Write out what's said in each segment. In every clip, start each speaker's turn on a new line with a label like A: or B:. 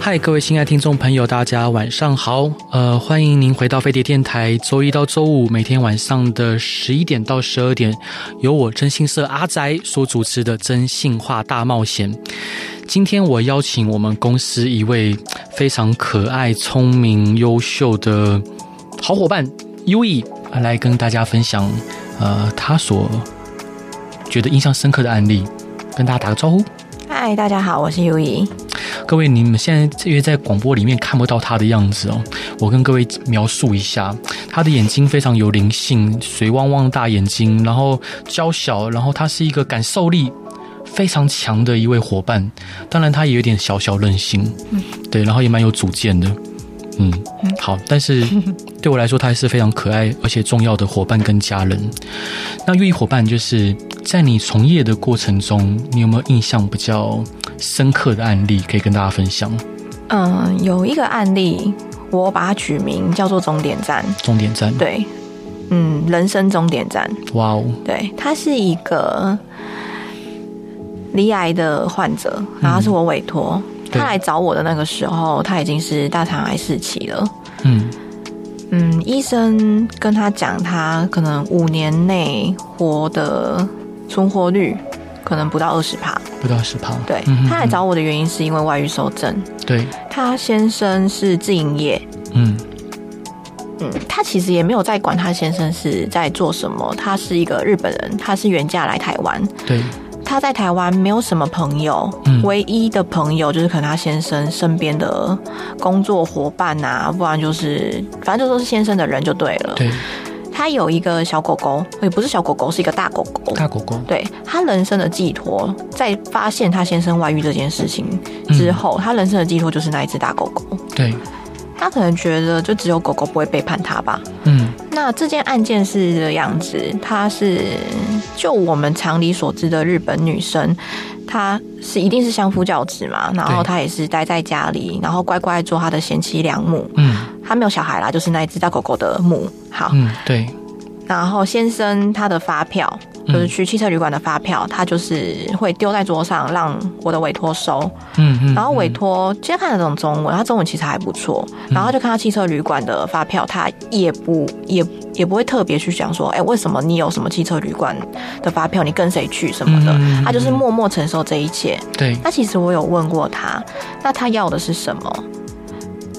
A: 嗨，各位亲爱听众朋友，大家晚上好。呃，欢迎您回到飞碟电台，周一到周五每天晚上的十一点到十二点，由我真心社阿宅所主持的《真性化大冒险》。今天我邀请我们公司一位非常可爱、聪明、优秀的好伙伴优异来跟大家分享，呃，他所觉得印象深刻的案例，跟大家打个招呼。
B: 嗨，大家好，我是尤怡。
A: 各位，你们现在因为在广播里面看不到他的样子哦，我跟各位描述一下，他的眼睛非常有灵性，水汪汪的大眼睛，然后娇小，然后他是一个感受力非常强的一位伙伴，当然他也有点小小任性，嗯，对，然后也蛮有主见的，嗯，好，但 是对我来说，他还是非常可爱而且重要的伙伴跟家人。那寓意伙伴就是在你从业的过程中，你有没有印象比较深刻的案例可以跟大家分享？
B: 嗯，有一个案例，我把它取名叫做终点站。
A: 终点站，
B: 对，嗯，人生终点站。
A: 哇哦，
B: 对，他是一个离癌的患者，然后是我委托、
A: 对
B: 他来找我的那个时候，他已经是大肠癌四期了。
A: 嗯，
B: 嗯，医生跟他讲，他可能五年内活的存活率可能不到二十趴。
A: 不到十趴，
B: 对、
A: 嗯
B: 他来找我的原因是因为外遇受症，
A: 对，
B: 他先生是自营业，
A: 嗯
B: 嗯，他其实也没有在管他先生是在做什么，他是一个日本人，他是远嫁来台湾，
A: 对，
B: 他在台湾没有什么朋友，
A: 嗯
B: 唯一的朋友就是可能他先生身边的工作伙伴啊，不然就是反正就都是先生的人就对了。
A: 对，
B: 他有一个小狗狗，也不是小狗狗，是一个大狗狗。
A: 大狗狗，
B: 对他人生的寄托，在发现他先生外遇这件事情之后，他人生的寄托就是那一只大狗狗。
A: 对，
B: 他可能觉得就只有狗狗不会背叛他吧。
A: 嗯
B: 那这件案件是这样子，她是就我们常理所知的日本女生，她是一定是相夫教子嘛，然后
A: 对
B: 她也是待在家里，然后乖乖做她的贤妻良母。
A: 嗯
B: 她没有小孩啦，就是那一只大狗狗的母。好，
A: 嗯，对，
B: 然后先生他的发票，
A: 嗯
B: 就是去汽车旅馆的发票，他就是会丢在桌上让我的委托收，
A: 嗯嗯，嗯
B: 然后委托今天看得懂中文，他中文其实还不错，然后他就看到汽车旅馆的发票，他也不也也不会特别去想说，哎、为什么你有什么汽车旅馆的发票，你跟谁去什么的，
A: 嗯
B: 他就是默默承受这一切。
A: 对，
B: 那其实我有问过他，那他要的是什么？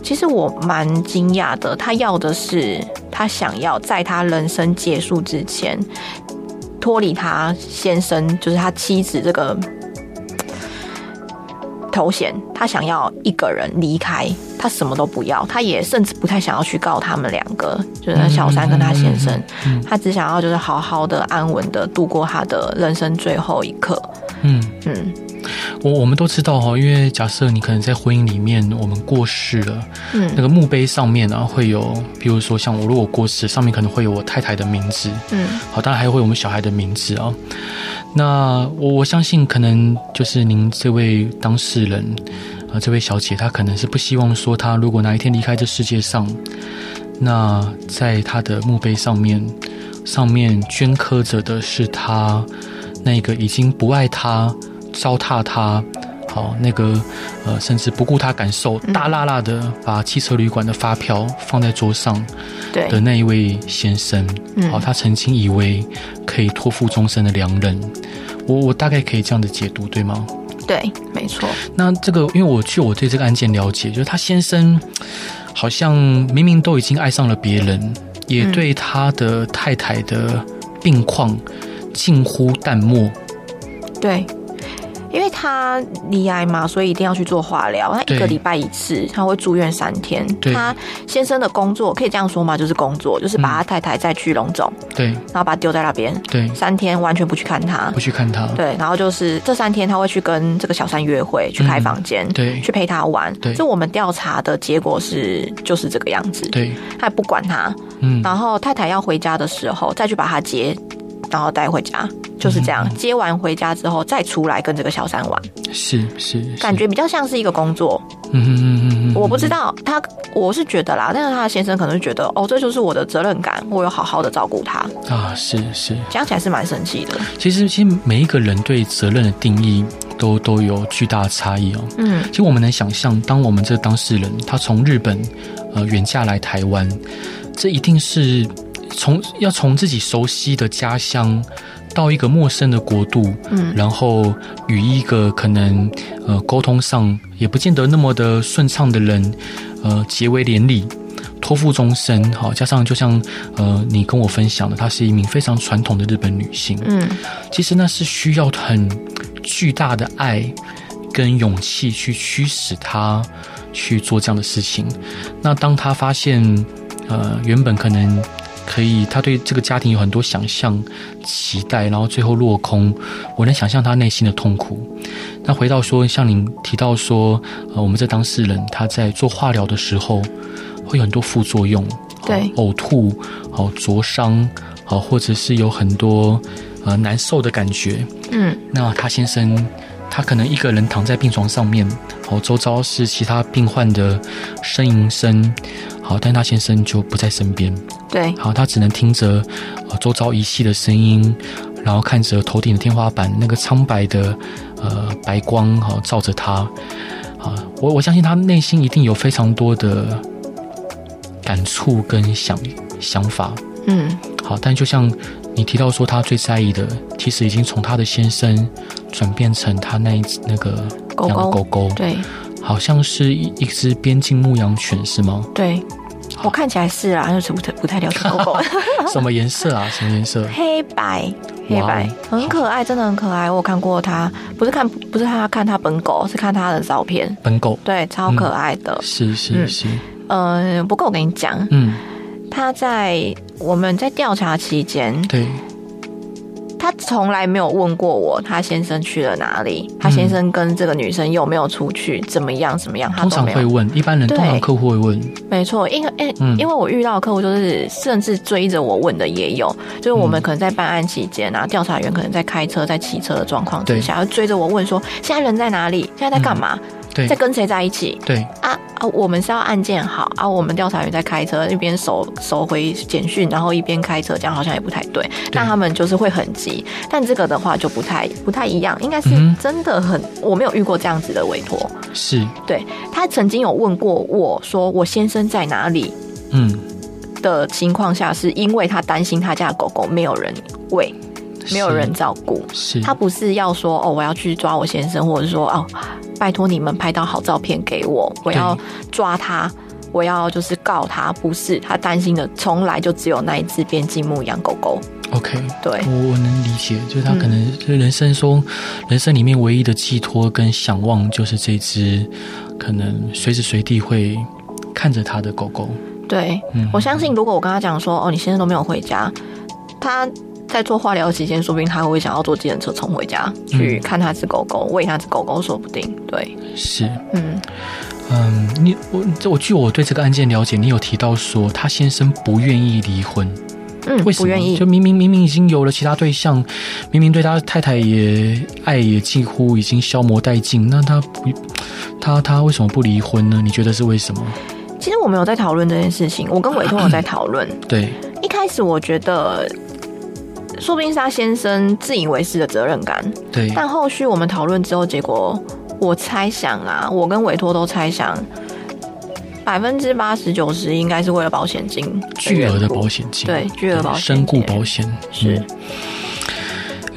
B: 其实我蛮惊讶的，他要的是他想要在他人生结束之前脱离他先生，就是他妻子这个头衔，他想要一个人离开，他什么都不要，他也甚至不太想要去告他们两个，就是那小三跟他先生，他只想要就是好好的安稳的度过他的人生最后一刻，
A: 嗯。
B: 嗯。
A: 我我们都知道哦哈，因为假设你可能在婚姻里面，我们过世了，
B: 嗯
A: 那个墓碑上面啊会有，比如说像我如果过世，上面可能会有我太太的名字，
B: 嗯
A: 好，当然还会有我们小孩的名字啊。那我我相信，可能就是您这位当事人啊、呃这位小姐，她可能是不希望说，她如果哪一天离开这世界上，那在她的墓碑上面，上面镌刻着的是她那个已经不爱她、糟蹋她。好，那个呃，甚至不顾她感受，大辣辣的把汽车旅馆的发票放在桌上，
B: 对，
A: 的那一位先生，
B: 嗯
A: 哦好、他曾经以为可以托付终身的良人，我我大概可以这样的解读，对吗？
B: 对，没错，
A: 那这个，因为我据我对这个案件了解，就是他先生好像明明都已经爱上了别人，也
B: 嗯
A: 对他的太太的病况近乎淡漠，
B: 对。因为他离癌嘛，所以一定要去做化疗。他
A: 对
B: 一个礼拜一次，他会住院三天。
A: 对
B: 他先生的工作可以这样说吗？就是工作，就是
A: 嗯
B: 把他太太再去笼总，
A: 对
B: 然后把他丢在那边
A: 对，
B: 三天，完全不去看他
A: 不。去看他，
B: 对，然后就是这三天他会去跟这个小三约会，去开房间，
A: 嗯对
B: 去陪他玩。
A: 对
B: 这我们调查的结果是就是这个样子。
A: 对
B: 他也不管他，
A: 嗯
B: 然后太太要回家的时候再去把他接，然后带回家，就是这样。接完回家之后再出来跟这个小三玩，
A: 是是，是
B: 嗯感觉比较像是一个工作。
A: 嗯嗯嗯嗯嗯，
B: 我不知道他，我是觉得啦，但是他的先生可能觉得哦，这就是我的责任感，我有好好的照顾他，
A: 啊，是是，
B: 讲起来是蛮生气的。
A: 其实其实每一个人对责任的定义都都有巨大的差异哦。
B: 嗯
A: 其实我们能想象，当我们这个当事人他从日本呃远嫁来台湾，这一定是从要从自己熟悉的家乡到一个陌生的国度，
B: 嗯
A: 然后与一个可能呃沟通上也不见得那么的顺畅的人，呃结为连理。托付终身，好，加上就像呃，你跟我分享的，她是一名非常传统的日本女性，
B: 嗯
A: 其实那是需要很巨大的爱跟勇气去驱使他去做这样的事情。那当他发现，呃，原本可能可以，他对这个家庭有很多想象、期待，然后最后落空，我能想象他内心的痛苦。那回到说，像您提到说，呃，我们这当事人他在做化疗的时候会有很多副作用，
B: 对
A: 哦呕吐，好、灼伤，好、或者是有很多呃难受的感觉。
B: 嗯
A: 那他先生，他可能一个人躺在病床上面，好、周遭是其他病患的呻吟声，好、但他先生就不在身边，
B: 对，
A: 好、他只能听着呃周遭一系的声音，然后看着头顶的天花板那个苍白的呃白光，好、照着他，啊、我我相信他内心一定有非常多的感触跟想想法，
B: 嗯
A: 好，但就像你提到说，她最在意的，其实已经从她的先生转变成她那一只那个
B: 狗
A: 养的狗
B: 狗，
A: 狗，
B: 对
A: 好像是一一只边境牧羊犬是吗？
B: 对，我看起来是啦，就是不太不太了解狗狗，
A: 什么颜色啊？什么颜色？
B: 黑白黑
A: 哇
B: 白
A: 哦
B: 很可爱，真的很可爱。我有看过它，不是看不是他看它本狗，是看它的照片，
A: 本狗
B: 对，超
A: 嗯
B: 可爱的。
A: 是是是，
B: 嗯、呃，不过我跟你讲，
A: 嗯，
B: 他在我们在调查期间，
A: 对，
B: 他从来没有问过我他先生去了哪里，他先生跟这个女生有没有出去，怎么样怎么样，嗯
A: 嗯
B: 他
A: 通
B: 都
A: 常
B: 没
A: 会
B: 有。
A: 问，一般人
B: 对
A: 通常客户会问，
B: 没错，因为因
A: 嗯
B: 因为我遇到的客户就是甚至追着我问的也有，就是我
A: 嗯
B: 们可能在办案期间啊，调查员可能在开车在骑车的状况
A: 对嗯
B: 之下，要追着我问说现在人在哪里，现在在干嘛，
A: 对
B: 在跟谁在一起。
A: 对，
B: 啊啊！我们是要案件好啊，我们调查员在开车，一边手手回简讯，然后一边开车，这样好像也不太对。那他们就是会很急，但这个的话就不太不太一样，应该是
A: 嗯哼
B: 真的很，我没有遇过这样子的委托。
A: 是，
B: 对他曾经有问过我说我先生在哪里
A: 嗯，
B: 的情况下，是因为他担心他家的狗狗没有人喂，没有
A: 是
B: 人照顾。
A: 是，
B: 他不是要说哦，我要去抓我先生，或者说哦，拜托你们拍到好照片给我，我要抓他，我要就是告他，不是他担心的，从来就只有那一只边境牧羊狗狗，
A: OK，
B: 对
A: 我我能理解，就是他
B: 嗯
A: 可能就是人生中、人生里面唯一的寄托跟向往，就是这只可能随时随地会看着他的狗狗。
B: 对
A: 嗯，
B: 我相信如果我跟他讲说哦，你先生都没有回家，他。在做化疗期间，说不定他会想要坐计程车冲回家
A: 嗯
B: 去看他只狗狗，喂他只狗狗，说不定。对，
A: 是，
B: 嗯，
A: 嗯，你我这我据我对这个案件了解，你有提到说他先生不愿意离婚，
B: 嗯，
A: 为什
B: 不
A: 么？
B: 愿意
A: 就，明明明明已经有了其他对象，明明对他太太也爱也几乎已经消磨殆尽，那他不他他为什么不离婚呢？你觉得是为什么？
B: 其实我们有在讨论这件事情，我跟委托有在讨论。
A: 对，
B: 一开始我觉得，说不定是他先生自以为是的责任感，
A: 对，
B: 但后续我们讨论之后，结果我猜想啊，我跟委托都猜想，百分之八十九十应该是为了保险金，
A: 巨额的保，险金，
B: 对，巨额保险，
A: 身故保，险
B: 是
A: 嗯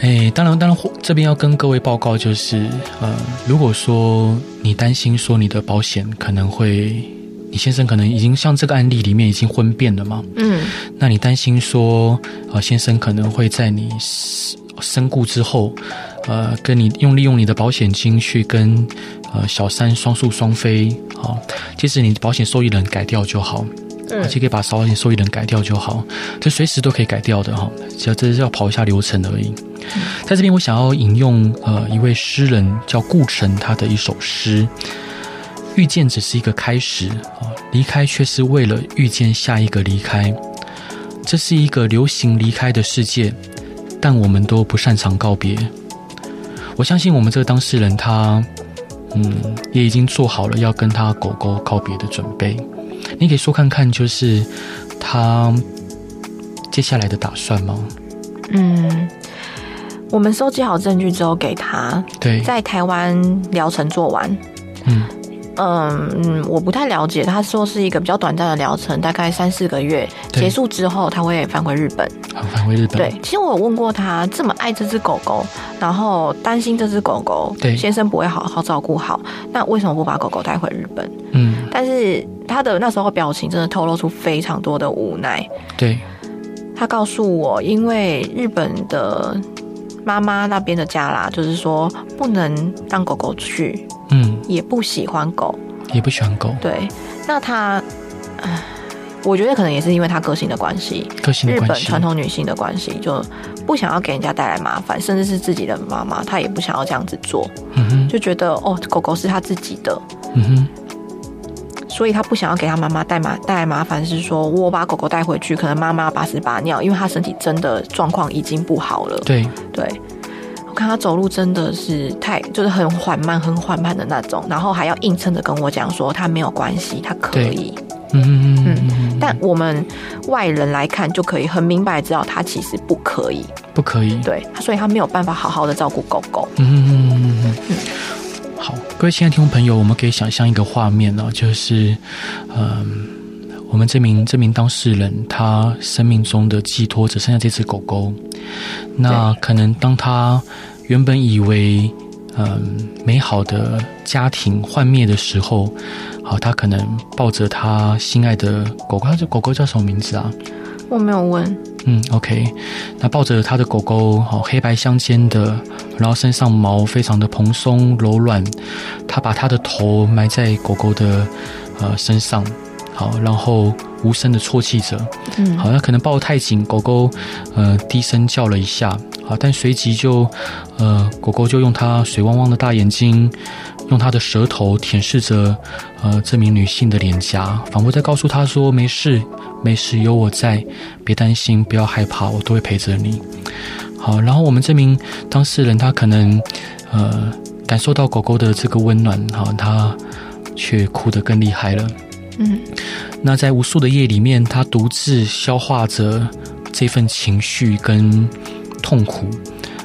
A: 哎，当然，当然，这边要跟各位报告就是，呃，如果说你担心说你的保险可能会，你先生可能已经像这个案例里面已经婚变了嘛，
B: 嗯
A: 那你担心说，呃，先生可能会在你身身故之后，呃，跟你用利用你的保险金去跟呃小三双宿双飞，好、即使你保险受益人改掉就好，而
B: 嗯
A: 且可以把保险受益人改掉就好，这随时都可以改掉的哈，只要这是要跑一下流程而已。在这边，我想要引用呃一位诗人叫顾城他的一首诗：哦遇见只是一个开始啊，离开却是为了遇见下一个离开。这是一个流行离开的世界，但我们都不擅长告别。我相信我们这个当事人他，嗯，也已经做好了要跟他狗狗告别的准备。你可以说看看，就是他接下来的打算吗？
B: 嗯，我们收集好证据之后给他，
A: 对，
B: 在台湾疗程做完。
A: 嗯
B: 嗯嗯，我不太了解，他说是一个比较短暂的疗程，大概三四个月
A: 对
B: 结束之后，他会返回日本。
A: 好，返回日本。
B: 对，其实我有问过他，这么爱这只狗狗，然后担心这只狗狗，
A: 对
B: 先生不会好好照顾好，那为什么不把狗狗带回日本？
A: 嗯，
B: 但是他的那时候表情真的透露出非常多的无奈。
A: 对，
B: 他告诉我，因为日本的妈妈那边的家啦，就是说不能让狗狗去，
A: 嗯，
B: 也不喜欢狗。
A: 也不喜欢狗，
B: 对，那他，唉我觉得可能也是因为他个性的关系，
A: 个性的
B: 日
A: 关
B: 本
A: 系
B: 传。统女性的关系，就不想要给人家带来麻烦，甚至是自己的妈妈，她也不想要这样子做，
A: 嗯哼，
B: 就觉得哦，狗狗是她自己的，
A: 嗯哼，
B: 所以她不想要给她妈妈带麻带来麻烦，是说我把狗狗带回去，可能妈妈把屎把尿，因为她身体真的状况已经不好了。
A: 对，
B: 对，我看她走路真的是太就是很缓慢、很缓慢的那种，然后还要硬撑着跟我讲说她没有关系，她可
A: 对
B: 以。
A: 嗯哼嗯哼嗯哼，
B: 但我们外人来看就可以很明白知道她其实不可以。
A: 不可以。
B: 对，所以他没有办法好好的照顾狗狗。
A: 嗯，嗯嗯好，各位亲爱的听众朋友，我们可以想象一个画面呢、就是，嗯，我们这名这名当事人他生命中的寄托只剩下这只狗狗，那可能当他原本以为。嗯，美好的家庭幻灭的时候，好，他可能抱着他心爱的狗狗，他这狗狗叫什么名字啊？
B: 我没有问，
A: 嗯，OK，那抱着他的狗狗，好黑白相间的，然后身上毛非常的蓬松柔软，他把他的头埋在狗狗的呃身上，好，然后无声的啜泣着，
B: 嗯，
A: 好，那可能抱得太紧，狗狗呃低声叫了一下，好，但随即就呃狗狗就用它水汪汪的大眼睛，用它的舌头舔舐着呃这名女性的脸颊，仿佛在告诉她说没事，没事，有我在，别担心，不要害怕，我都会陪着你。好，然后我们这名当事人他可能呃感受到狗狗的这个温暖，好，他却哭得更厉害了。
B: 嗯，
A: 那在无数的夜里面，他独自消化着这份情绪跟痛苦。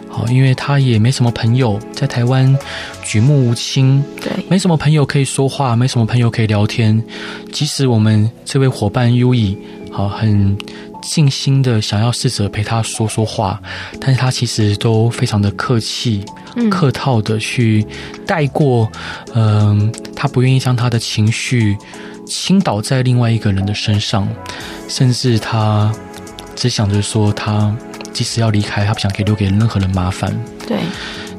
A: 好，因为他也没什么朋友，在台湾举目无亲，
B: 对，
A: 没什么朋友可以说话，没什么朋友可以聊天。即使我们这位伙伴优以，好，很尽心的想要试着陪他说说话，但是他其实都非常的客气，
B: 嗯，
A: 客套的去带过，嗯、他不愿意将他的情绪倾倒在另外一个人的身上，甚至他只想着说，他即使要离开，他不想给留给任何人麻烦。
B: 对，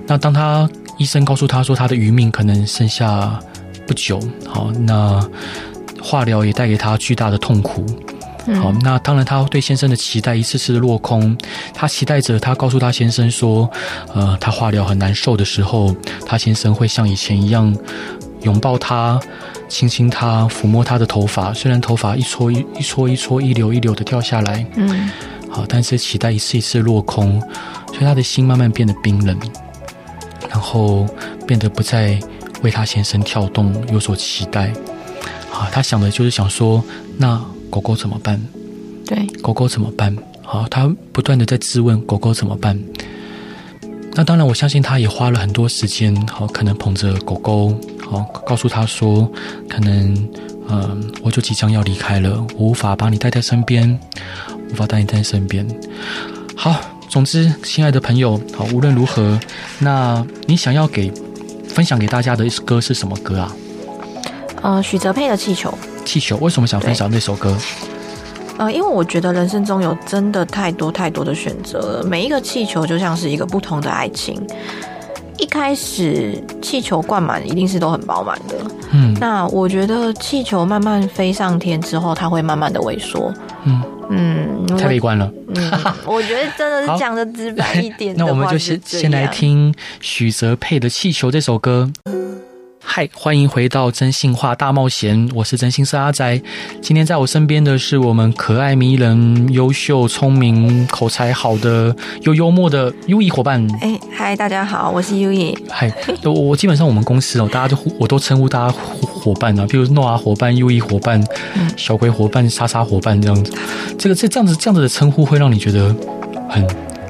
A: 那当他医生告诉他说他的余命可能剩下不久，好，那化疗也带给他巨大的痛苦，
B: 嗯
A: 好，那当然，他对先生的期待一次次的落空。他期待着，他告诉他先生说，呃，他化疗很难受的时候，他先生会像以前一样拥抱他、亲亲他、抚摸他的头发。虽然头发一撮一一撮一撮、一绺一绺的掉下来，
B: 嗯，
A: 好，但是期待一次一次落空，所以他的心慢慢变得冰冷，然后变得不再为他先生跳动有所期待。啊，他想的就是想说，那狗狗怎么办？
B: 对，
A: 狗狗怎么办？好，他不断的在质问狗狗怎么办。那当然，我相信他也花了很多时间，好，可能捧着狗狗，好，告诉他说，可能，嗯、我就即将要离开了，我无法把你带在身边，无法带你带在身边。好，总之，亲爱的朋友，好，无论如何，那你想要给分享给大家的歌是什么歌啊？
B: 呃，许哲佩的气球，
A: 气球为什么想分享那首歌？
B: 呃，因为我觉得人生中有真的太多太多的选择了，每一个气球就像是一个不同的爱情。一开始气球灌满一定是都很饱满的，
A: 嗯
B: 那我觉得气球慢慢飞上天之后，它会慢慢的萎缩。
A: 嗯，
B: 嗯，
A: 太悲
B: 我
A: 观了。
B: 嗯，我觉得真的
A: 好
B: 是讲的直白一点 的
A: 那
B: 话
A: 我们就是先
B: 这
A: 先来
B: 样
A: 听许哲佩的《气球》这首歌。嗨，欢迎回到真心话大冒险，我是真心社阿宅。今天在我身边的是我们可爱迷人、优秀、聪明、口才好的又幽默的优异伙伴。
B: 哎，嗨，大家好，我是 U E。
A: 嗨，我我基本上我们公司哦，大家就互我都称呼大家伙伙伴啊，比如诺亚伙伴、优异伙伴、小鬼伙伴、莎莎伙伴这样子。这个这这样子这样子的称呼会让你觉得很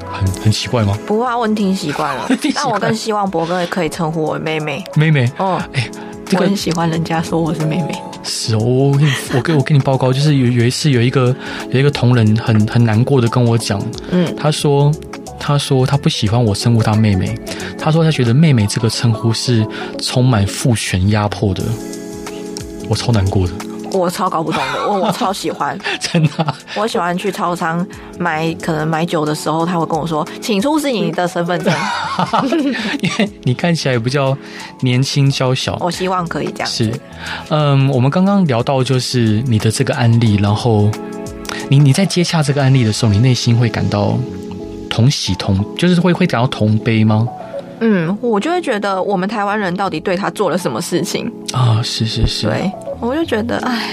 A: 很很奇怪吗？
B: 不啊，我已经听习惯了
A: 听习。惯
B: 但我更希望博哥可以称呼我妹妹。
A: 妹妹，
B: 哦，
A: 哎，这
B: 我
A: 个
B: 很喜欢人家说我是妹妹。
A: 是哦，我我跟你我跟我跟你报告，就是有有一次有一个有一个同仁很很难过的跟我讲，
B: 嗯，
A: 他说他说他不喜欢我称呼他妹妹，他说他觉得妹妹这个称呼是充满父权压迫的，我超难过的，
B: 我超搞不懂的，我我超喜欢。
A: 真的啊、
B: 我喜欢去超商买，可能买酒的时候，他会跟我说：“请出示你的身 份证。
A: 因为你看起来比较年轻娇”小。
B: 我希望可以这样。
A: 是，嗯，我们刚刚聊到就是你的这个案例，然后你你在接洽这个案例的时候，你内心会感到同喜同，就是会会感到同悲吗？
B: 嗯，我就会觉得我们台湾人到底对他做了什么事情？
A: 啊，是是是，
B: 对，我就觉得，哎，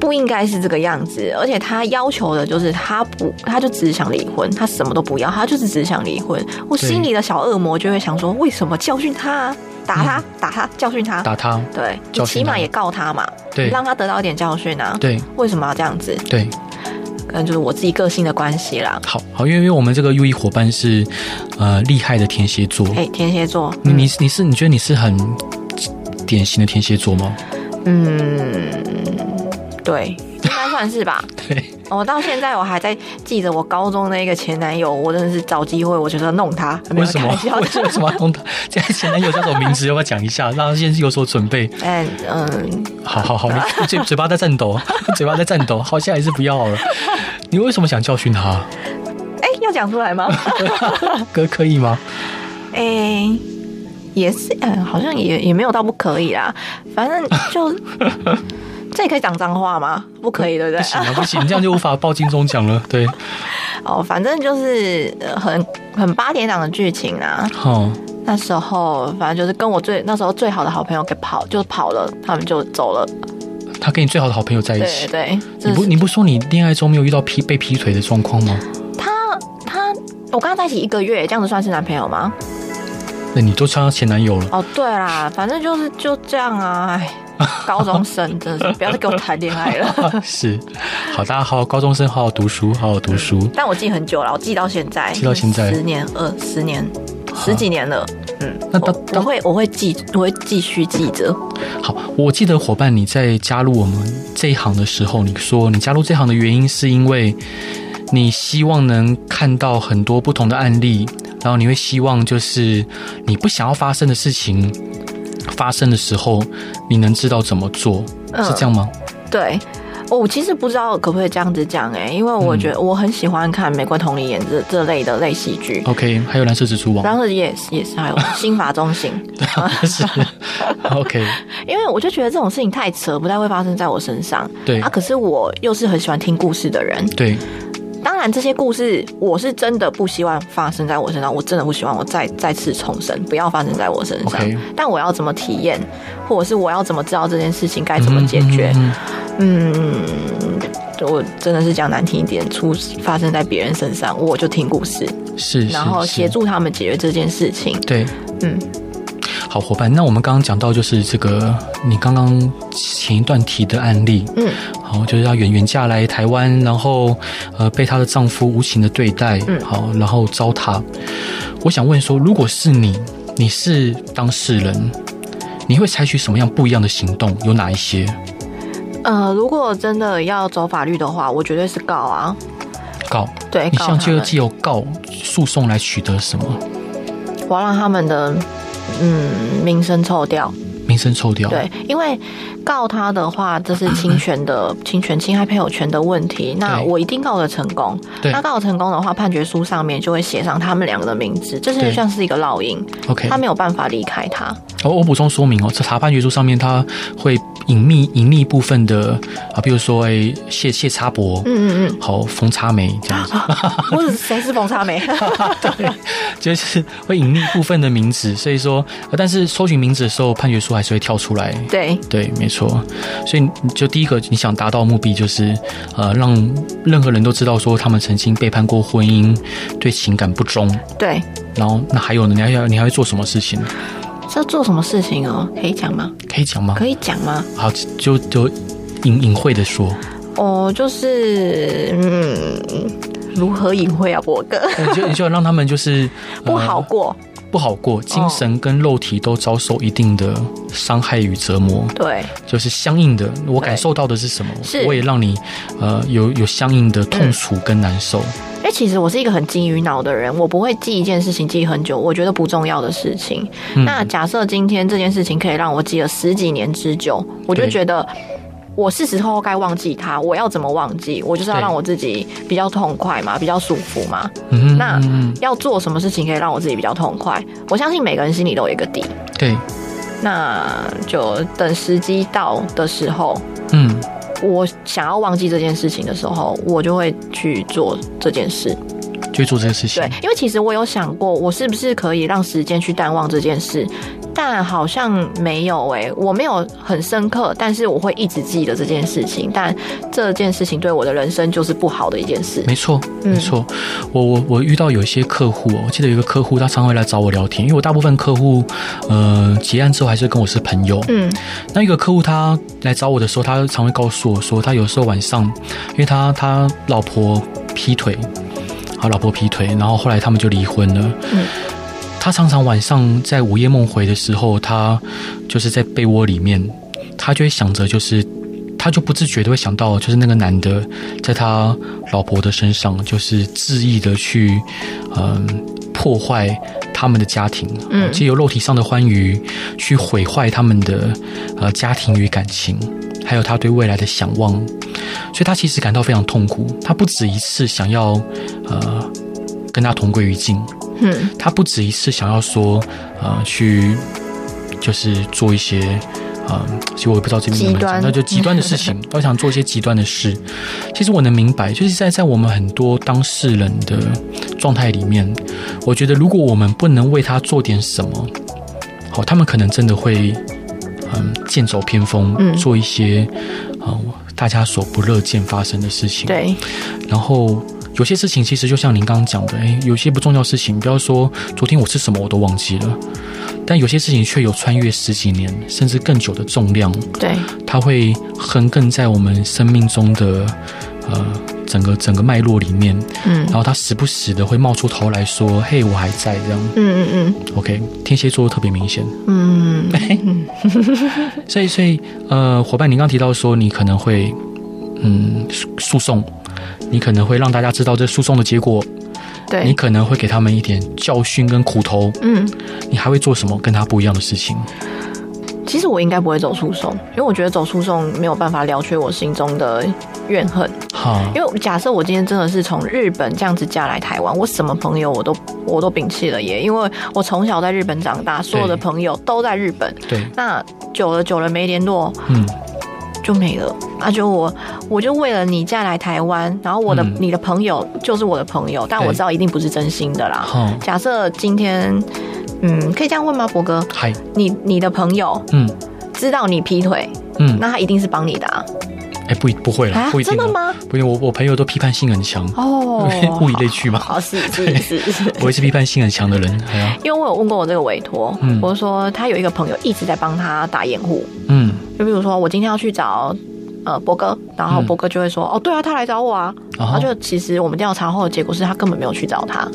B: 不应该是这个样子。而且他要求的就是他不，他就只想离婚，他什么都不要，他就是只想离婚。我
A: 对
B: 心里的小恶魔就会想说，为什么教训他啊？打他，
A: 嗯
B: 打他，教训他。
A: 打他，
B: 对，你
A: 教训
B: 起
A: 他
B: 码也告他嘛，
A: 对
B: 你让他得到一点教训啊。
A: 对
B: 为什么要这样子？
A: 对，
B: 可能就是我自己个性的关系啦。
A: 好好，因为因为我们这个优异伙伴是呃厉害的天蝎座，
B: 哎，天蝎座，
A: 你你是你是你觉得你是很典型的天蝎座吗？
B: 嗯，对，应该算 是吧。
A: 对，
B: 我到现在我还在记着我高中那个前男友，我真的是找机会，我觉得弄他，没
A: 为
B: 有
A: 什么
B: 开玩笑
A: 为什么为什么要弄他？这样前男友叫什么名字？要不要讲一下？让他先有所准备。
B: 哎，嗯，
A: 好好好，你嘴嘴巴在颤抖， 嘴巴在颤抖，好像还是不要好了。你为什么想教训他？
B: 哎，要讲出 来吗？
A: 哥可以吗？
B: 哎，也是，嗯，好像也也没有到不可以啦，反正 就这也可以讲脏话吗？不可以，对不
A: 不
B: 对？
A: 行啊，不行，这样就无法报金钟奖了。对，
B: 哦，反正就是呃很很八点档的剧情啊。
A: 好、
B: 那时候反正就是跟我最那时候最好的好朋友给跑，就跑了，他们就走了。
A: 他跟你最好的好朋友在一
B: 对
A: 起。
B: 对，
A: 哎你
B: 这
A: 不
B: 是
A: 你不说你恋爱中没有遇到劈被劈腿的状况吗？
B: 他他我跟他在一起一个月，这样子算是男朋友吗？
A: 那你都交前男友 了，
B: 哦，对啦，反正就是就这样啊，哎，高中生真的是不要再给我谈恋爱了。
A: 是。好，大家好，高中生好好读书，好好读书。
B: 但我记很久了，我记到现在，
A: 记到现在
B: 十年、二十年、十几年了。嗯，
A: 那
B: 我
A: 当
B: 我
A: 当
B: 会我会记，我会继续记着。
A: 好，我记得伙伴你在加入我们这一行的时候，你说你加入这行的原因是因为你希望能看到很多不同的案例，然后你会希望就是你不想要发生的事情发生的时候，你能知道怎么做，
B: 嗯
A: 是这样吗？
B: 对。哦我其实不知道可不可以这样子讲哎、因为
A: 嗯
B: 我觉得我很喜欢看《玫瑰同理演这这类的类戏剧，
A: OK，还有蓝色蜘蛛网
B: 然后也是也 是还有新法中心，
A: 是 OK，
B: 因为我就觉得这种事情太扯，不太会发生在我身上。
A: 对
B: 啊，可是我又是很喜欢听故事的人，
A: 对
B: 当然这些故事我是真的不希望发生在我身上，我真的不希望我再再次重生，不要发生在我身上。
A: OK
B: 但我要怎么体验，或者是我要怎么知道这件事情该怎么解决？
A: 嗯嗯嗯
B: 嗯，我真的是讲难听一点，出发生在别人身上，我就听故事，
A: 嗯是，
B: 然后
A: 是
B: 协。助他们解决这件事情。
A: 是对，
B: 嗯，
A: 好伙伴，那我们刚刚讲到就是这个，你刚刚前一段提的案例，
B: 嗯，
A: 好，就是要远远嫁来台湾，然后呃被她的丈夫无情的对待，
B: 嗯
A: 好，然后糟蹋。我想问说，如果是你，你是当事人，你会采取什么样不一样的行动？有哪一些？
B: 呃，如果真的要走法律的话，我绝对是告啊，
A: 告，
B: 对，
A: 你
B: 告
A: 向
B: 他
A: 这个
B: 们，
A: 既有告诉讼来取得什么
B: 我要让他们的嗯名声臭掉。
A: 名名声臭掉。
B: 对，因为告他的话，这是侵权 的侵权侵害配偶权的问题。那
A: 对
B: 我一定告得成功。
A: 对
B: 那告得成功的话，判决书上面就会写上他们两个的名字，这是
A: 对
B: 像是一个烙印，
A: ，OK，
B: 他没有办法离开他。
A: 我我补充说明哦，这查判决书上面它会隐秘隐匿部分的啊，比如说诶谢谢插博，
B: 嗯嗯嗯，
A: 好冯插梅这样子，
B: 不是谁是冯 差梅？
A: 对，就是会隐匿部分的名字，所以说，呃但是搜寻名字的时候，判决书还是会跳出来。
B: 对
A: 对，没错。所以你就第一个你想达到的目的就是，呃，让任何人都知道说他们曾经背叛过婚姻，对情感不忠。
B: 对，
A: 然后那还有呢？你还要你还会做什么事情？
B: 这做什么事情哦？可以讲吗？
A: 可以讲吗？
B: 可以讲吗？
A: 好，就就隐隐晦的 说，
B: 哦，就是嗯，如何隐晦啊，博哥
A: 你就你就让他们就是、呃
B: 不好过。
A: 不好过，精神跟肉体都遭受一定的伤害与折磨。
B: 对
A: 就是相应的，我感受到的是什么
B: 是，嗯
A: 我也让你呃有有相应的痛楚跟难受。
B: 哎、其实我是一个很金鱼脑的人，我不会记一件事情记很久，我觉得不重要的事情。
A: 嗯
B: 那假设今天这件事情可以让我记了十几年之久，我就
A: 对
B: 觉得。我是时候该忘记它，我要怎么忘记？我就是要
A: 对
B: 让我自己比较痛快嘛，比较舒服嘛。
A: 嗯哼，
B: 那
A: 嗯
B: 要做什么事情可以让我自己比较痛快？我相信每个人心里都有一个底。
A: 对，
B: 那就等时机到的时候，
A: 嗯，
B: 我想要忘记这件事情的时候，我就会去做这件事。
A: 就会做这个事情
B: 对。，因为其实我有想过，我是不是可以让时间去淡忘这件事，但好像没有诶、我没有很深刻，但是我会一直记得这件事情。但这件事情对我的人生就是不好的一件事。
A: 没错，
B: 嗯
A: 没错。我我我遇到有一些客户哦，我记得有一个客户，他常会来找我聊天，因为我大部分客户，呃，结案之后还是跟我是朋友。
B: 嗯，
A: 那一个客户他来找我的时候，他常会告诉我说，他有时候晚上，因为他他老婆劈腿，啊，老婆劈腿，然后后来他们就离婚了。
B: 嗯
A: 他常常晚上在午夜梦回的时候，他就是在被窝里面，他就会想着，就是他就不自觉的会想到，就是那个男的在他老婆的身上，就是恣意的去，嗯、破坏他们的家庭，
B: 嗯
A: 借由肉体上的欢愉去毁坏他们的呃家庭与感情，还有他对未来的想望，所以他其实感到非常痛苦。他不止一次想要呃跟他同归于尽，
B: 嗯，
A: 他不止一次想要说呃去就是做一些。嗯，其实我也不知道这边怎么
B: 极端
A: 讲，那就极端的事 情，他想做一些极端的事。其实我能明白，就是在在我们很多当事人的状态里面，我觉得如果我们不能为他做点什么，好，他们可能真的会嗯剑走偏锋，
B: 嗯
A: 做一些呃大家所不乐见发生的事情。，
B: 对，
A: 然后。有些事情其实就像您刚刚讲的，诶，有些不重要的事情，不要说昨天我吃什么我都忘记了，但有些事情却有穿越十几年甚至更久的重量，
B: 对，
A: 它会横亘在我们生命中的呃整个整个脉络里面，
B: 嗯
A: 然后它时不时的会冒出头来说：“嘿，我还在。”这样
B: 嗯嗯
A: ，OK，天蝎座特别明显。
B: 嗯嗯，
A: 所以，所以，呃，伙伴，您刚提到说你可能会，嗯，诉诉讼，你可能会让大家知道这诉讼的结果，你
B: 对，
A: 可能会给他们一点教训跟苦头，
B: 嗯。
A: 你还会做什么跟他不一样的事情？
B: 其实我应该不会走诉讼，因为我觉得走诉讼没有办法了却我心中的怨恨。
A: 哈，
B: 因为假设我今天真的是从日本这样子嫁来台湾，我什么朋友我都我都摒弃了耶，因为我从小在日本长大，所有的朋友都在日本。
A: 对，
B: 那久了久了没联络
A: 嗯，
B: 就没了，啊就我我就为了你嫁来台湾，然后我的、
A: 嗯
B: 你的朋友就是我的朋友，但
A: 对
B: 我知道一定不是真心的啦。
A: 哈，
B: 假设今天，嗯，可以这样问吗，博哥？
A: 嗨，
B: 你你的朋友
A: 嗯
B: 知道你劈腿，
A: 嗯，
B: 那他一定是帮你的啊？
A: 哎、不一不会啦，
B: 啊
A: 不一定
B: 真
A: 啦
B: 的吗？
A: 不一定，我我朋友都批判性很强，
B: 哦
A: 物以类聚嘛，
B: 好，是是是是。
A: 我也是批判性很强的人，哎呀，
B: 因为我有问过我这个委托，
A: 嗯
B: 我说他有一个朋友一直在帮他打掩护，
A: 嗯，
B: 就比如说我今天要去找呃博哥，然
A: 嗯
B: 后
A: 哦
B: 博哥就会说、哦对啊，他来找我啊，
A: 然
B: 然
A: 后
B: 后就其实我们调查后的结果是他根本没有去找他，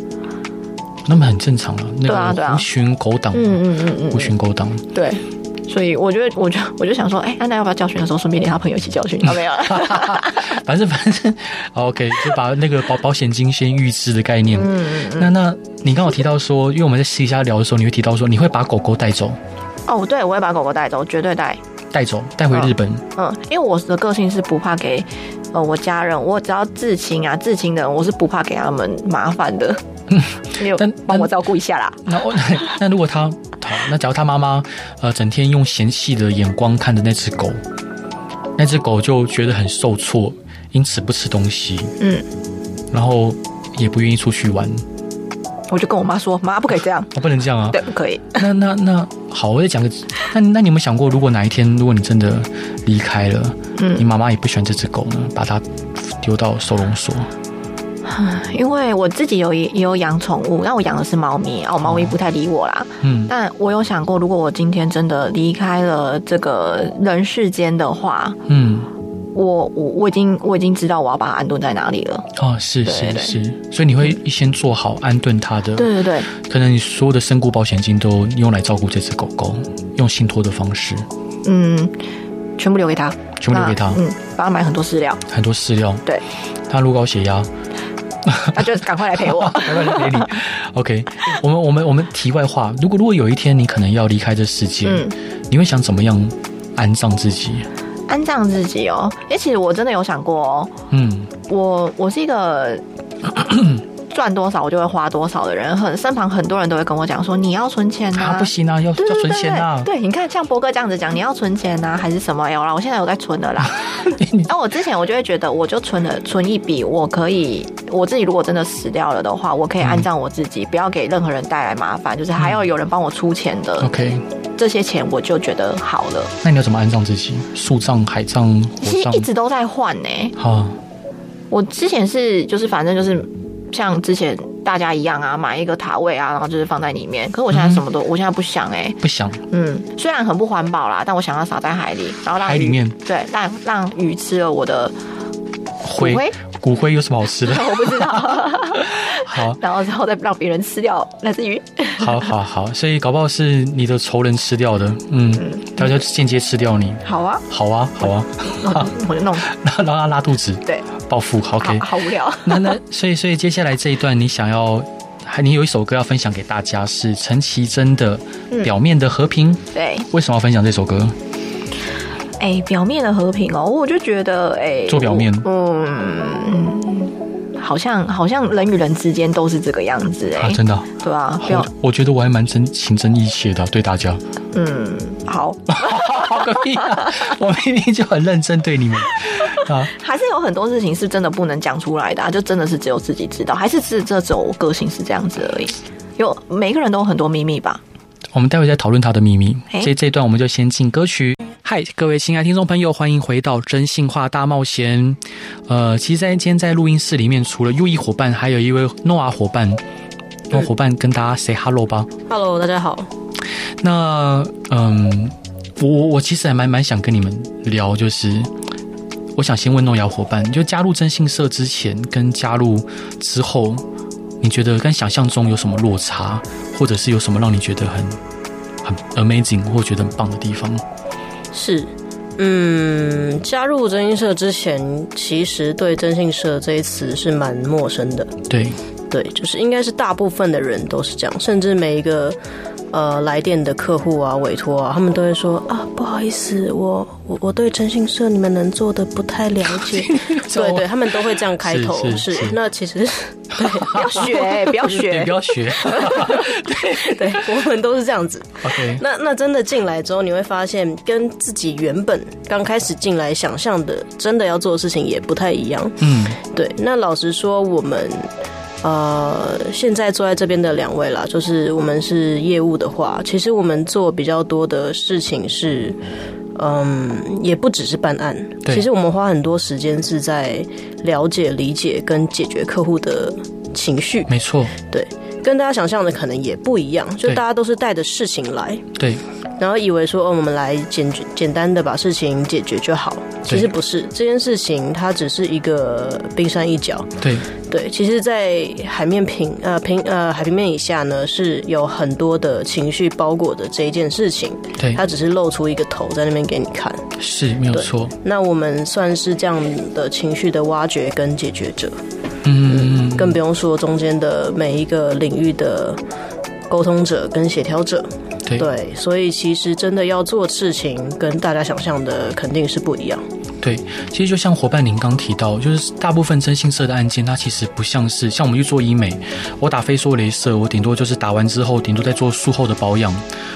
A: 那么很正常了，
B: 对啊
A: 那
B: 对
A: 个
B: 啊
A: 狐群狗党，
B: 嗯嗯嗯
A: 狐群狗党，
B: 嗯，对。所以我觉得，我就我就想说，哎、安娜要不要教训的时候，顺便连他朋友一起 教训？啊，没有，
A: 反正反正 ，OK，就把那个保保险金先预支的概念。
B: 嗯，
A: 那那，你刚好提到说，因为我们在私底下聊的时候，你会提到说，你会把狗狗带走，
B: 哦，对，我会把狗狗带走，绝对带。
A: 带走带回日本，
B: 嗯，因为我的个性是不怕给呃我家人，我只要至亲啊至亲的人，我是不怕给他们麻烦的。你有
A: 嗯但
B: 帮我照顾一下啦。
A: 那我那如果他好，那假如他妈妈呃整天用嫌弃的眼光看着那只狗，那只狗就觉得很受挫，因此不吃东西，
B: 嗯，
A: 然后也不愿意出去玩。
B: 我就跟我妈说，妈不可以这样，
A: 我、不能这样啊！
B: 对，不可以。
A: 那那那好，我再讲个，那那你有没有想过，如果哪一天如果你真的离开了，你
B: 嗯，
A: 妈妈也不喜欢这只狗呢，把它丢到收容所？
B: 因为我自己有也也有养宠物，但我养的是猫咪，哦，猫咪不太理我啦。
A: 嗯，
B: 但我有想过，如果我今天真的离开了这个人世间的话，
A: 嗯，
B: 我我我已经我已经知道我要把它安顿在哪里了。
A: 哦，是
B: 对
A: 是
B: 对
A: 是，所以你会先做好安顿它的，
B: 对对对，
A: 可能你所有的身故保险金都用来照顾这只狗狗，用信托的方式，
B: 嗯，全部留给他，
A: 全部留给它
B: 那，嗯，帮他买很多饲料，
A: 很多饲料。
B: 对，
A: 它如果高血压，
B: 那就赶快来陪我。
A: 没关系，没理。OK，我们我们我们题外话，如果如果有一天你可能要离开这世界，
B: 嗯，
A: 你会想怎么样安葬自己？
B: 安葬自己哦。哎，其实我真的有想过哦，
A: 嗯
B: 我我是一个 赚多少我就会花多少的人，很身旁很多人都会跟我讲说你要存钱
A: 啊，
B: 呐、
A: 不行啊，要
B: 对
A: 要
B: 对
A: 存
B: 对
A: 钱啊
B: 对，。对，你看像波哥这样子讲，你要存钱呐、还是什么有哎啦？我现在有在存的啦。 那、我之前我就会觉得，我就存了存一笔，我可以我自己如果真的死掉了的话，我可以
A: 嗯
B: 安葬我自己，不要给任何人带来麻烦，就是还要有人帮我出钱的、
A: OK，
B: 这些钱，我就觉得好了。
A: 那你要怎么安葬自己？树葬、海葬、火
B: 其实
A: 葬
B: 一？直都在换呢、
A: 好，
B: 我之前是就是反正就是像之前大家一样啊，买一个塔位啊，然后就是放在里面。可是我
A: 嗯
B: 现在什么都，我现在不想哎、
A: 不想
B: 嗯，虽然很不环保啦，但我想要撒在海里，然后让
A: 海里
B: 鱼
A: 面
B: 对让让鱼吃了我的
A: 灰
B: 骨灰，
A: 骨灰有什么好 吃的？
B: 我不知道，
A: 好，
B: 然后然后再让别人吃掉那只鱼。
A: 好，好，好，所以搞不好是你的仇人吃掉的，嗯，他就间接吃掉你。
B: 好啊，
A: 好啊，好啊，
B: 我就弄
A: 然后让他拉肚子，
B: 对，
A: 报复。
B: 好
A: OK，
B: 好无聊。
A: 那那所以所以接下来这一段，你想要，还你有一首歌要分享给大家，是陈绮贞的
B: 嗯
A: 《表面的和平》。
B: 对，
A: 为什么要分享这首歌？
B: 哎、表面的和平哦，我就觉得哎，
A: 做表面
B: 我嗯，好像好像人与人之间都是这个样子哎、
A: 啊，真的啊、
B: 对啊，表
A: 我我觉得我还蛮真情真意切的啊、对大家。
B: 嗯 好，
A: 好个屁啊！我明明就很认真对你们啊。
B: 还是有很多事情是真的不能讲出来的、啊，就真的是只有自己知道，还是只这只有我个性是这样子而已。有每个人都有很多秘密吧？
A: 我们待会再讨论他的秘密。
B: 诶
A: 这这一段我们就先进歌曲。嗨，各位亲爱听众朋友，欢迎回到真性化大冒险。呃，其实在今天在录音室里面，除了 U E 伙伴，还有一位诺亚伙伴。诺伙伴跟大家 say hello 吧。
B: Hello，大家好。
A: 那嗯，我我我其实还蛮蛮想跟你们聊，就是我想先问诺瑶伙伴，就加入征信社之前跟加入之后，你觉得跟想象中有什么落差，或者是有什么让你觉得很很 amazing 或觉得很棒的地方？
C: 是，嗯，加入征信社之前，其实对征信社这一词是蛮陌生的。
A: 对，
C: 对，就是应该是大部分的人都是这样，甚至每一个呃来电的客户啊、委托啊，他们都会说啊，不好意思，我我我对征信社你们能做的不太了 解。对对，他们都会这样开
A: 是
C: 头。
A: 是是
C: 那其实
B: 不要学，不要
A: 你
B: 学
A: 不。要学。
C: 对我们都是这样子。
A: OK，
C: 那那真的进来之后，你会发现跟自己原本刚开始进来想象的，真的要做的事情也不太一样。
A: 嗯，
C: 对，那老实说，我们呃现在坐在这边的两位啦，就是我们是业务的话，其实我们做比较多的事情是，嗯，也不只是办案，
A: 对
C: 其实我们花很多时间是在了解、理解跟解决客户的情绪，
A: 没错，
C: 跟大家想象的可能也不一样，就
A: 对
C: 大家都是带着事情来，
A: 对，
C: 然后以为说，哦，我们来简简单的把事情解决就好。其实不是，这件事情它只是一个冰山一角。
A: 对，
C: 对，其实，在海面平呃平呃海平面以下呢，是有很多的情绪包裹着这一件事情，
A: 对，
C: 它只是露出一个头在那边给你看。
A: 是没有错。
C: 那我们算是这样的情绪的挖掘跟解决者，
A: 嗯，嗯嗯
C: 更不用说中间的每一个领域的沟通者跟协调者。
A: 对，
C: 对，所以其实真的要做事情，跟大家想象的肯定是不一样。
A: 对，其实就像伙伴您刚提到，就是大部分征信社的案件，它其实不像是像我们去做医美，我打非梭镭射，我顶多就是打完之后，顶多再做术后的保养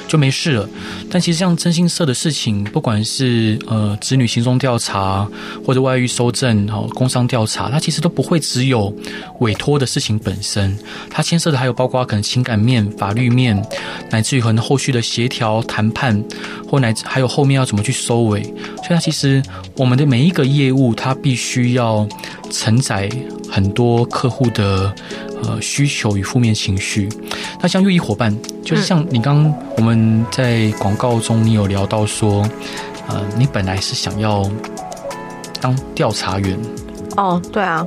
A: 就没事了。但其实像征信社的事情，不管是呃子女行踪调查，或者外遇收证、哦工伤调查，它其实都不会只有委托的事情本身，它牵涉的还有包括可能情感面、法律面，乃至于可能后续的协调、谈判，或乃至还有后面要怎么去收尾。所以它其实我们的每一个业务，它必须要承载很多客户的呃需求与负面情绪。那像乐意伙伴，就是
B: 嗯
A: 像你刚刚我们在广告中，你有聊到说，呃，你本来是想要当调查员，
B: 哦，对啊，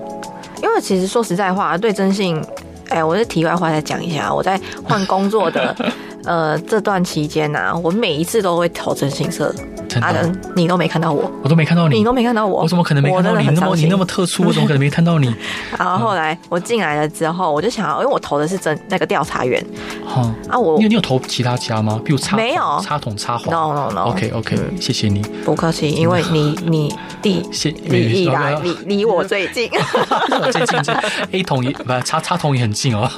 B: 因为其实说实在话，对征信，哎、我是题外话再讲一下，我在换工作的 呃这段期间呐、我每一次都会投征信社，
A: 真
B: 阿
A: 的，
B: 仁、啊你都没看到我，
A: 我都没看到
B: 你
A: 哦你
B: 都，没看到我，
A: 我怎么可能没看到
B: 我真的
A: 你？
B: 很
A: 那么
B: 伤
A: 你
B: 心
A: 那么特殊，我怎么可能没看到你？
B: 然后后来我进来了之后，我就想要，因为我投的是真那个调查员
A: 哈，
B: 啊， 我
A: 你有你有投其他家吗？比如插
B: 没有
A: 插桶插花
B: no no no
A: 哦 OK OK，谢谢你，
B: 不客气，因为你你第
A: 谢
B: 你一来
A: 要不要
B: 离离我最近， 啊
A: 最近 这 A 桶也不插插桶也很近哦。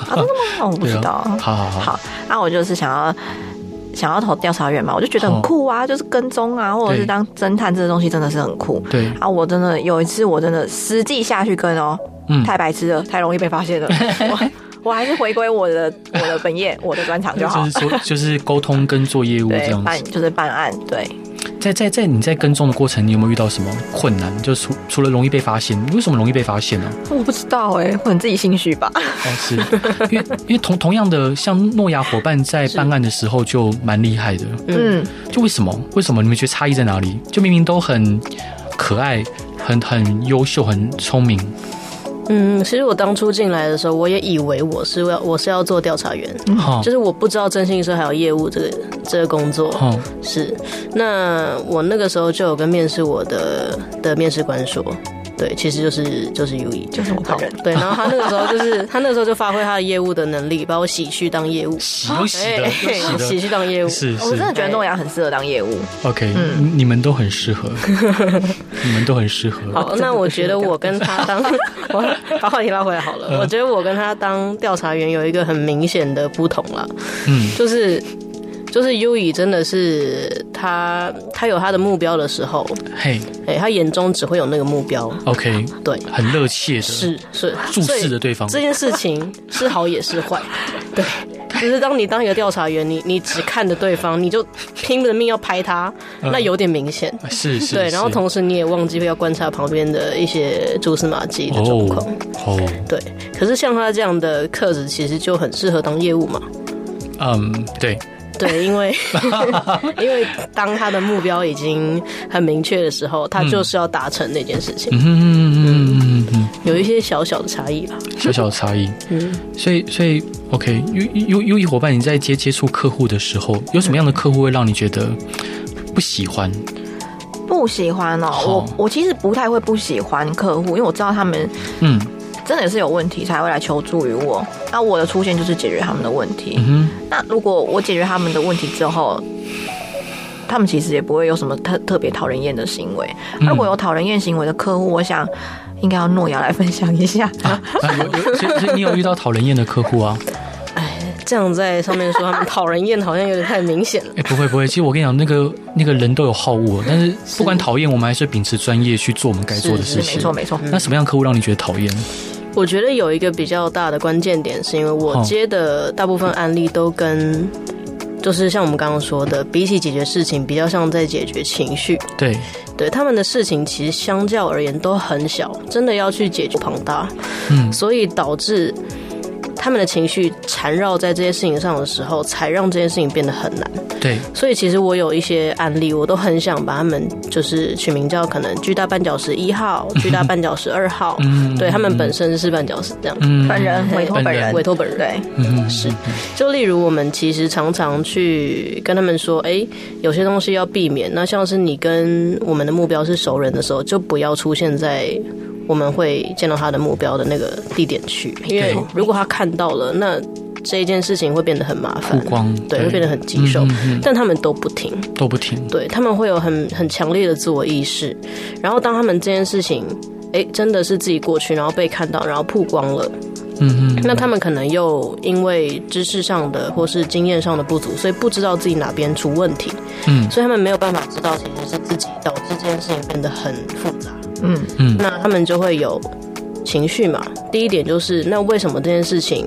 B: 我不
A: 对
B: 知
A: 啊，
B: 道。
A: 好好好，
B: 好，那、我就是想要想要投调查员嘛，我就觉得很酷啊，就是跟踪啊，或
A: 哦
B: 者
A: 对
B: 是当侦探这个东西真的是很酷。
A: 对，
B: 啊，我真的有一次，我真的实际下去跟哦，
A: 嗯，
B: 太白痴了，太容易被发 现了。我我还是回归我的我的本业，我的专长就好
A: 就。是说就是沟通跟做业务这
B: 对，
A: 样
B: 办
A: 子。
B: 就是办案，对，
A: 在在在你在跟踪的过程，你有没有遇到什么困难？就除除了容易被发现，为什么容易被发现呢？
B: 我不知道哎、我很自己心虚吧？
A: 哦，是 因为因为同同样的，像诺亚伙伴在办案的时候就蛮厉害的，
B: 嗯，
A: 就为什么？为什么你们觉得差异在哪里？就明明都很可爱，很很优秀，很聪明，
C: 嗯，其实我当初进来的时候，我也以为我是要我是要做调查员，
A: 哈、
C: 就是我不知道征信社还有业务这个这个工作。
A: 哈、
C: 是，那我那个时候就有跟面试我的的面试官说，对，其实就是就是优一，就是
B: 我本人
C: 对，然后他那个时候就是 他那个时候就发挥他的业务的能力，把我洗去当业务，
A: 喜又喜 的，又喜
C: 洗
A: 的。
C: 去当业务，
A: 是
B: 我真
A: 是
B: 的觉得诺亚很适合当业务。
A: ，OK，、你
C: 嗯
A: 们都很适 合，你们都很适合。
C: 好，那我觉得我跟他当，我把话题拉回来好了。我觉得我跟他当调查员有一个很明显的不同啦，
A: 嗯，
C: 就是就是优以真的是他他有他的目标的时候，
A: 嘿
C: 哎、他眼中只会有那个目标，
A: ，OK，
C: 对，
A: 很热切的，
C: 是是
A: 注
C: 所以
A: 视着对方。
C: 这件事情是好也是坏， 对。就是当你当一个调查员，你你只看着对方，你就拼了命要拍他，
A: 嗯
C: 那有点明显。
A: 啊是是，
C: 对，然后
A: 是
C: 同时你也忘记要观察旁边的一些蛛丝马迹的状况。
A: 哦哦，
C: 对，可是像他这样的特质，其实就很适合当业务 嘛。
A: 嗯，对，
C: 对，因为 因为当他的目标已经很明确的时候，他就是要达成那件事情，
A: 嗯哼嗯嗯嗯嗯嗯
C: 有一些小小的差异吧。
A: 嗯，小小的差异。
C: 嗯，
A: 所以所以，OK，优优优异伙伴，你在接接触客户的时候，有什么样的客户会让你觉得不喜欢？
B: 不喜欢哦，
A: 好
B: 我我其实不太会不喜欢客户，因为我知道他们
A: 嗯
B: 真的是有问题才会来求助于我。那我的出现就是解决他们的问题。
A: 嗯
B: 那如果我解决他们的问题之后，他们其实也不会有什么特特别讨人厌的行为。如果有讨人厌行为的客户，我想应该要诺亚来分享一 下。
A: 哼，啊，有有，所以所以你有遇到讨人厌的客户啊？
C: 这样在上面说他们讨人厌，好像有点太明显了。
A: 哎、不会不会，其实我跟你讲，那个那个人都有好恶，但是不管讨厌，我们还是秉持专业去做我们该做的
C: 是
A: 事
C: 是
A: 情。
B: 没错没错，
A: 那什么样的客户让你觉得讨厌？
C: 我觉得有一个比较大的关键点，是因为我
A: 哦
C: 接的大部分案例都跟。就是像我们刚刚说的，比起解决事情，比较像在解决情绪。
A: 对，
C: 对他们的事情，其实相较而言都很小，真的要去解决庞大，
A: 嗯，
C: 所以导致他们的情绪缠绕在这些事情上的时候，才让这件事情变得很难。
A: 对，
C: 所以其实我有一些案例，我都很想把他们就是取名叫可能巨大绊脚石一号、巨大绊脚石二号，
A: 嗯
C: 对他们本身是绊脚石这样。
A: 嗯，
B: 本人委托本人
C: 委托本人
B: 对，
A: 嗯
C: 是，就例如我们其实常常去跟他们说，哎、有些东西要避免。那像是你跟我们的目标是熟人的时候，就不要出现在我们会见到他的目标的那个地点去，因为
A: 对
C: 如果他看到了，那这一件事情会变得很麻
A: 曝
C: 烦，
A: 光，
C: 对，会变得很棘手。
A: 嗯嗯嗯
C: 但他们都不听，
A: 都不听，
C: 对他们会有很很强烈的自我意识，然后当他们这件事情，哎，真的是自己过去，然后被看到，然后曝光了，
A: 嗯嗯，
C: 那他们可能又因为知识上的或是经验上的不足，所以不知道自己哪边出问题，
A: 嗯
C: 所以他们没有办法知道其实是自己导致这件事情变得很复杂，
B: 嗯，
A: 嗯
C: 那他们就会有情绪嘛。第一点就是，那为什么这件事情？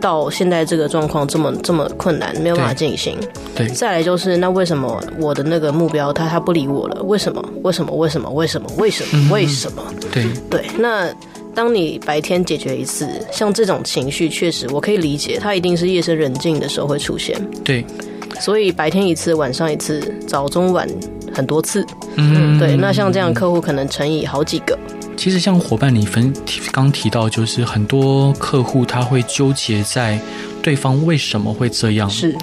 C: 到现在这个状况这么这么困难，没有办法
A: 对
C: 进行。
A: 对，
C: 再来就是，那为什么我的那个目标他他不理我了？为什么？为什么？为什么？为什么？为什
A: 嗯
C: 么？为什么？
A: 对，
C: 对，那当你白天解决一次，像这种情绪，确实我可以理解，它一定是夜深人静的时候会出现。
A: 对，
C: 所以白天一次，晚上一次，早中晚很多次。
A: 嗯
C: 对，那像这样客户可能乘以好几个。
A: 其实像伙伴你分提刚提到，就是很多客户他会纠结在对方为什么会这样，
C: 是，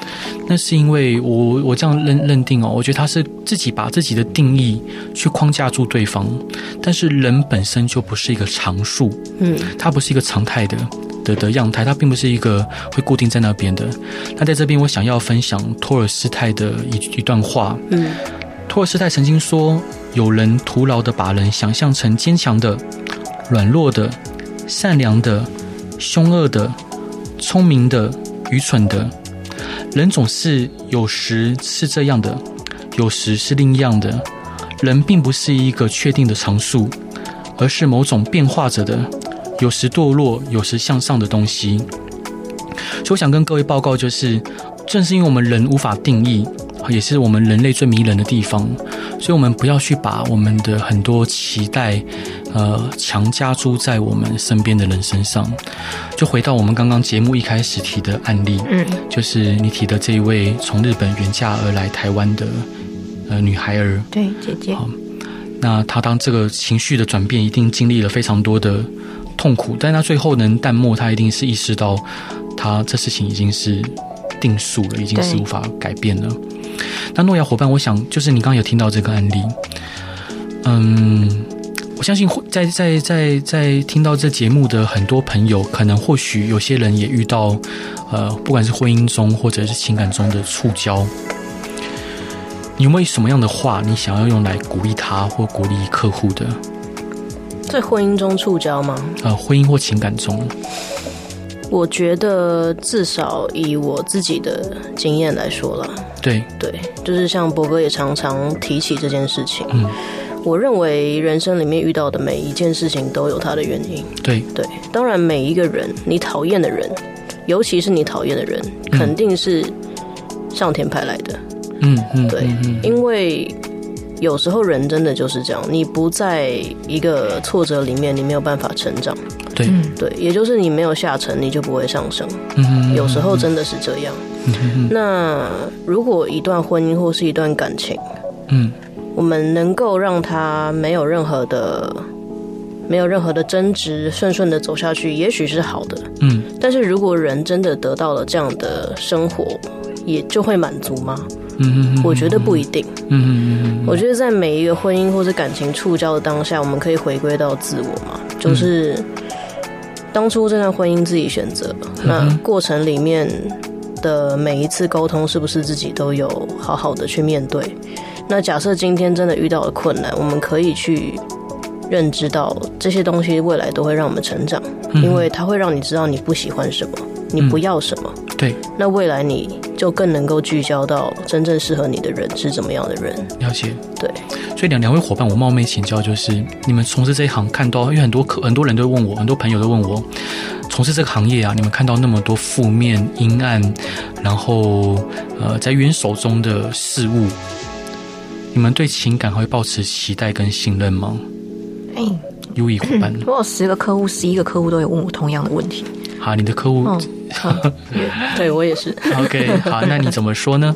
A: 那是因为我我这样认认定哦，我觉得他是自己把自己的定义去框架住对方，但是人本身就不是一个常数，
C: 嗯，
A: 它不是一个常态的的的样态，它并不是一个会固定在那边的。那在这边，我想要分享托尔斯泰的一一段话，
C: 嗯，
A: 托尔斯泰曾经说：“有人徒劳地把人想象成坚强的、软弱的、善良的、凶恶的、聪明的、愚蠢的。人总是有时是这样的，有时是另样的。人并不是一个确定的常数，而是某种变化着的，有时堕落，有时向上的东西。”所以我想跟各位报告，就是正是因为我们人无法定义，也是我们人类最迷人的地方。所以，我们不要去把我们的很多期待，呃，强加诸在我们身边的人身上。就回到我们刚刚节目一开始提的案例，
B: 嗯，
A: 就是你提的这一位从日本远嫁而来台湾的呃女孩儿，
B: 对，姐姐，
A: 那她当这个情绪的转变，一定经历了非常多的痛苦，但她最后能淡漠，她一定是意识到，她这事情已经是定数了，已经是
B: 对
A: 无法改变了。那诺亚伙伴，我想就是你刚刚有听到这个案例，嗯，我相信会在在在在听到这节目的很多朋友，可能或许有些人也遇到，呃，不管是婚姻中或者是情感中的触礁。你有没有什么样的话，你想要用来鼓励他或鼓励客户的？
C: 在婚姻中触礁吗？
A: 呃，婚姻或情感中，
C: 我觉得至少以我自己的经验来说啦，
A: 对，
C: 对，就是像博哥也常常提起这件事情。
A: 嗯，
C: 我认为人生里面遇到的每一件事情都有它的原因。
A: 对，
C: 对，当然每一个人，你讨厌的人，尤其是你讨厌的人，肯定是上天派来的。
A: 嗯嗯，
C: 对
A: 嗯，嗯
C: 因为有时候人真的就是这样，你不在一个挫折里面，你没有办法成长。
A: 对，嗯
B: 嗯
C: 对，也就是你没有下沉，你就不会上升。
A: 嗯，
C: 有时候真的是这样。那如果一段婚姻或是一段感情，
A: 嗯，
C: 我们能够让它没有任何的、没有任何的争执，顺顺的走下去，也许是好的。
A: 嗯
C: 但是如果人真的得到了这样的生活，也就会满足吗？
A: 嗯嗯嗯，
C: 我觉得不一定。
A: 嗯，嗯嗯
C: 我觉得在每一个婚姻或是感情触礁的当下，我们可以回归到自我嘛，就是当初这段婚姻自己选择，
A: 嗯
C: 那过程里面的每一次沟通，是不是自己都有好好的去面对？那假设今天真的遇到了困难，我们可以去。认知到这些东西未来都会让我们成长，
A: 嗯
C: 因为它会让你知道你不喜欢什么，你不要什么，
A: 对，
C: 那未来你就更能够聚焦到真正适合你的人是怎么样的人。
A: 了解。
C: 对，
A: 所以两两位伙伴，我冒昧请教，就是你们从事这一行看到，因为很多客很多人都问我，很多朋友都问我，从事这个行业啊，你们看到那么多负面、阴暗，然后呃，在冤手中的事物，你们对情感还会抱持期待跟信任吗？
B: 哎、
A: 优异伙伴，
B: 我有十个客户，十一个客户都有问我同样的问题。
A: 好，你的客户、
B: 嗯，
C: 对我也是。
A: OK，好，那你怎么说呢？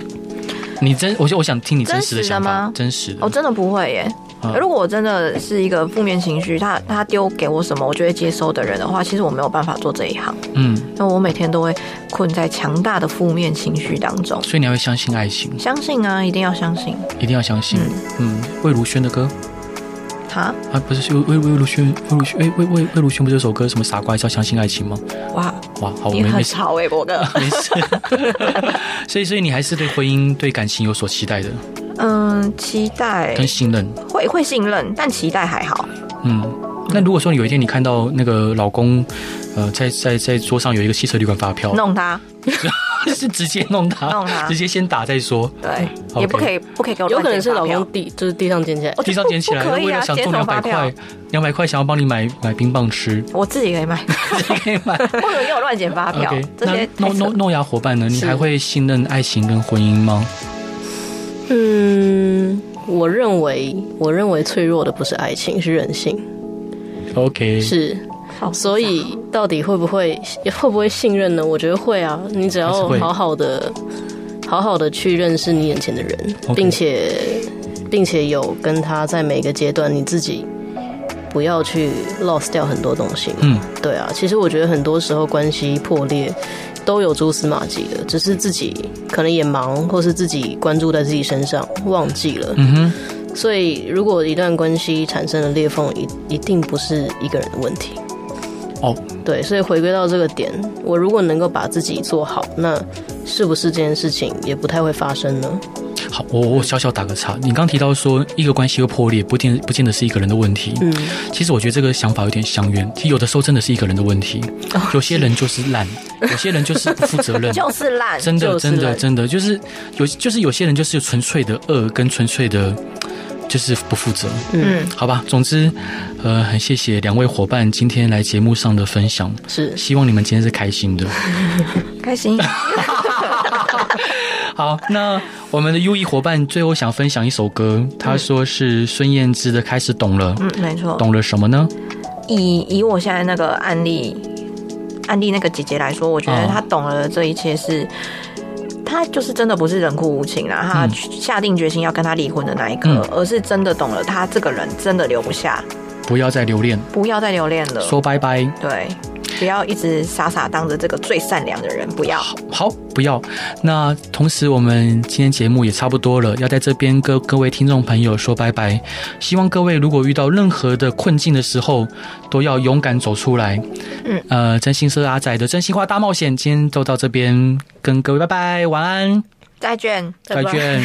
A: 你真，我就我想听你真实的
B: 真实的
A: 想法
B: 吗，
A: 真实的
B: 我哦真的不会耶。
A: 嗯
B: 如果我真的是一个负面情绪，他他丢给我什么，我就会接收的人的话，其实我没有办法做这一行。
A: 嗯，
B: 那我每天都会困在强大的负面情绪当中。
A: 所以你要相信爱情，
B: 相信啊，一定要相信。
A: 嗯一定要相信。嗯，魏如萱的歌，
B: 他。
A: 啊，不是，魏魏如萱，魏如萱，哎，魏魏魏如萱不是有首歌什么傻瓜还是要相信爱情吗？
B: 哇，
A: 哇，好，哦我
B: 你
A: 没
B: 很
A: 没事，
B: 吵哎、博 哥。
A: 没事。 所以，所以你还是对婚姻、对感情有所期待的，
B: 嗯，期待
A: 跟信任。
B: 会会信任，但期待还好。
A: 嗯，那如果说有一天你看到那个老公，呃，在在在桌上有一个汽车旅馆发票，
B: 弄他，
A: 是直接弄他，
B: 弄他
A: 直接先打再说。
B: 对，
A: 嗯 OK
B: 也不可以不可以给我
C: 有
B: 乱
C: 可能是
B: 捡发
C: 老
B: 票
C: 公地就是地上捡起来
B: 我，
A: 地上捡起来，
B: 不可以
A: 为
B: 啊
A: 了想中
B: 捡什
A: 两
B: 么
A: 百
B: 发票
A: 块，两百块想要帮你买买冰棒 吃，
B: 我自己可 以买，
A: 可以买。
B: 不能给我乱捡发票
A: OK，。
B: 这
A: 那
B: 些
A: 弄弄弄牙伙伴呢？你还会信任爱情跟婚姻吗？
C: 嗯，我认为我认为脆弱的不是爱情，是人性，
A: OK，
C: 是
B: 好。
C: 所以到底会不会会不会信任呢？我觉得会啊，你只要
A: 还是会
C: 好好的好好的去认识你眼前的人
A: OK
C: 并且并且有跟他在每个阶段你自己。不要去 lost 掉很多东西嘛。
A: 嗯，
C: 对啊，其实我觉得很多时候关系破裂都有蛛丝马迹的，只是自己可能也忙，或是自己关注在自己身上，忘记了。
A: 嗯哼，
C: 所以，如果一段关系产生了裂缝，一一定不是一个人的问题。
A: 哦，
C: 对，所以回归到这个点，我如果能够把自己做好，那是不是这件事情也不太会发生呢？
A: 好，我我小小打个岔，你刚提到说一个关系会破裂，不见不见得是一个人的问题。
C: 嗯，
A: 其实我觉得这个想法有点相远，其实有的时候真的是一个人的问题，有些人就是烂，有些人就是不负责任
B: 就是烂，
A: 真的，
C: 就是
A: 真的，
C: 烂
A: 真的，就是有，就是有些人就是纯粹的恶，跟纯粹的，就是不负责。
B: 嗯，
A: 好吧，总之，呃，很谢谢两位伙伴今天来节目上的分享，
C: 是
A: 希望你们今天是开心的。
B: 开心。
A: 好，那我们的优异伙伴最后想分享一首歌，
C: 嗯
A: 他说是孙燕姿的《开始懂了》，
B: 嗯，没错。
A: 懂了什么呢？
B: 以以我现在那个案例，案例那个姐姐来说，我觉得
A: 嗯
B: 她懂了这一切是，她就是真的不是冷酷无情啦，她
A: 嗯
B: 下定决心要跟他离婚的那一刻，
A: 嗯
B: 而是真的懂了，她这个人真的留不下，
A: 不要再留恋，
B: 不要再留恋了，
A: 说拜拜。
B: 对，不要一直傻傻当着这个最善良的人，不要。
A: 好，不要。那同时，我们今天节目也差不多了，要在这边跟各位听众朋友说拜拜。希望各位如果遇到任何的困境的时候，都要勇敢走出来。
B: 嗯，
A: 呃，真心社阿仔的真心话大冒险，今天就到这边，跟各位拜拜，晚安，
B: 债券。
A: 再见。